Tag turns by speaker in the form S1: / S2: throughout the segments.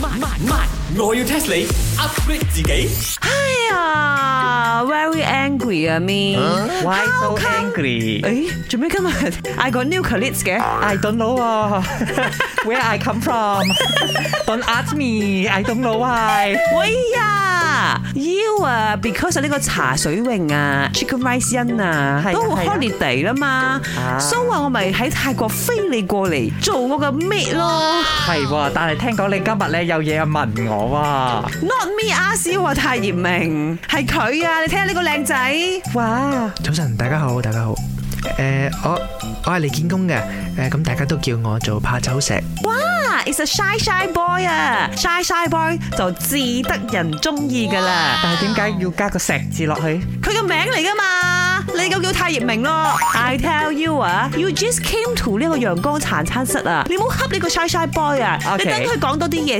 S1: 慢慢，我要 test 你 upgrade 自己。
S2: 哎呀，very à? angry à, 啊 me。
S3: Why so
S2: How come？
S3: angry?
S2: 诶，做咩今日 I got new colleagues 嘅？
S3: I don't know 啊 ，Where I come from? Don't ask me. I don't know why.
S2: 喂呀，you 啊，because 呢個茶水泳啊，chicken à, rice 因啊
S3: 係，啊
S2: 都
S3: 係啊
S2: holiday 啦嘛
S3: 啊
S2: ，so 啊，我咪喺泰國飛你過嚟做我個 mate 咯
S3: 係喎，但係聽講你今日咧有嘢問我啊。
S2: ，not me à, 阿 s 喎，太嚴明，係佢啊，你睇下呢個靚仔，
S3: 哇，
S4: 早晨，大家好，大家好。诶、我我系嚟見工嘅，诶、咁大家都叫我做怕酒石，
S2: 哇，is À, a shy shy boy 啊，shy shy boy 就至得人中意噶啦，
S3: 但係點解要加個石字落去？
S2: 佢個名嚟噶嘛，你咁叫太嚴明咯，I tell you 啊，you just came to 呢個陽光茶餐室啊，你唔好恰呢個 shy shy boy 啊
S3: OK
S2: 你等佢講多啲嘢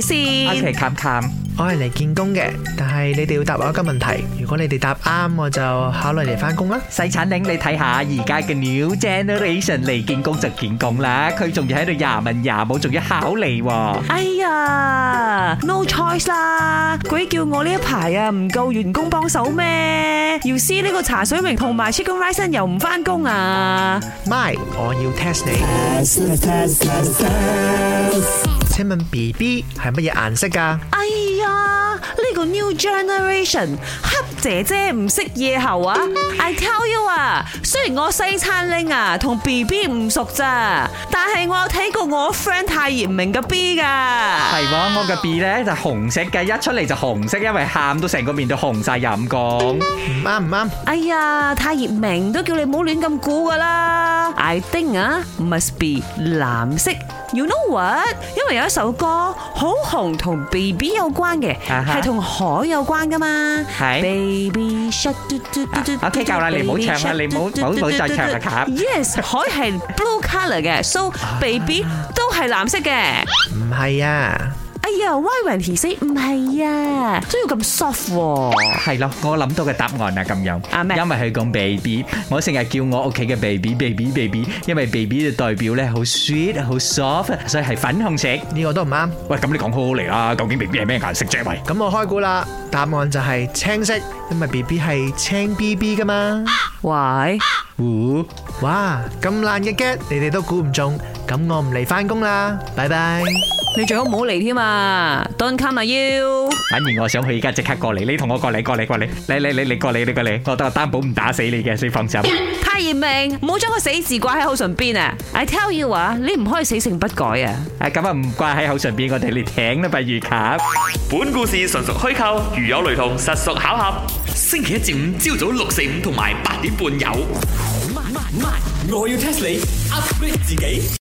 S3: 阿奇
S2: 先。
S3: 冚冚，
S4: 我係嚟見工嘅，但係你哋要答我一個問題，如果你哋答啱，我就考慮嚟翻工啦。
S3: 細產領你睇下而家嘅 new generation 嚟見工就見工啦，佢仲要喺度廿問廿冇，仲要考你喎。
S2: 哎呀，no choice 啦！鬼叫我呢一排啊，唔夠員工幫手咩？姚思呢個茶水榮同埋 Chicken Rice 又唔翻工啊！
S4: My，我要 test 你。請問 B B 係乜嘢顏色㗎？
S2: 哎呀，呢、個 new generation 黑姐姐唔識夜喉啊！I tell you 啊，雖然我西餐拎啊同 B B 唔熟咋，但係我有睇過我 friend 太嚴明嘅 B 噶。
S3: 係喎，我嘅 B 咧就紅色嘅，一出嚟就紅色，因為喊到成個面都紅晒飲公。
S4: 唔啱唔啱，
S2: 哎呀，太熱明都叫你唔好亂咁估噶啦。I think 啊，must be 藍色。You know what？因為有一首歌好紅，同 baby 有關嘅，
S3: 啊哈
S2: 係同海有關噶嘛。
S3: 係
S2: baby shark 嘟嘟嘟嘟
S3: 啊，OK，夠啦你唔好唱啦
S2: Baby shark
S3: 你唔好
S2: 嘟嘟嘟
S3: 唔好再唱
S2: 嘟
S3: 啦
S2: 嘟
S3: 卡
S2: Yes，海係 blue colour 嘅，so baby 都係藍色嘅。
S4: 唔係啊。
S2: 哎呀，Why when he say 唔係啊，都要咁 soft 喎。
S3: 係咯，我諗到嘅答案啊，咁樣。
S2: 啊咩
S3: 因為佢講 baby，我成日叫我屋企嘅 baby baby baby，因為 baby 嘅代表咧好 sweet 好 soft，所以係粉紅色。
S4: 呢個都唔啱，
S3: 喂，咁你講好好嚟啦，究竟 baby 係咩顏色啫？喂，
S4: 咁我開估啦，答案就係青色，因為 B B 係青 B B 㗎嘛。
S2: 喂。
S3: 哦
S4: 哇，咁爛嘅 get，你哋都估唔中，咁我唔嚟翻工啦，拜拜。
S2: 你最好唔好嚟添啊！Don't come 啊，you！
S3: 反而我想佢而家即刻過嚟，你同我過嚟，過嚟，過嚟，你你你你過嚟，你過嚟，我我擔保唔打死你嘅，你放心。
S2: 太嚴明，唔好將個死字掛喺口唇邊啊！I tell you 啊，你唔可以死性不改啊！
S3: 啊，咁啊唔掛喺口唇邊，我哋嚟聽啦，不如卡。
S1: 本故事純屬虛構，如有雷同，實屬巧合。星期一至五朝早六四五同埋八點半有。慢慢，我要 test 你 upgrade 自己。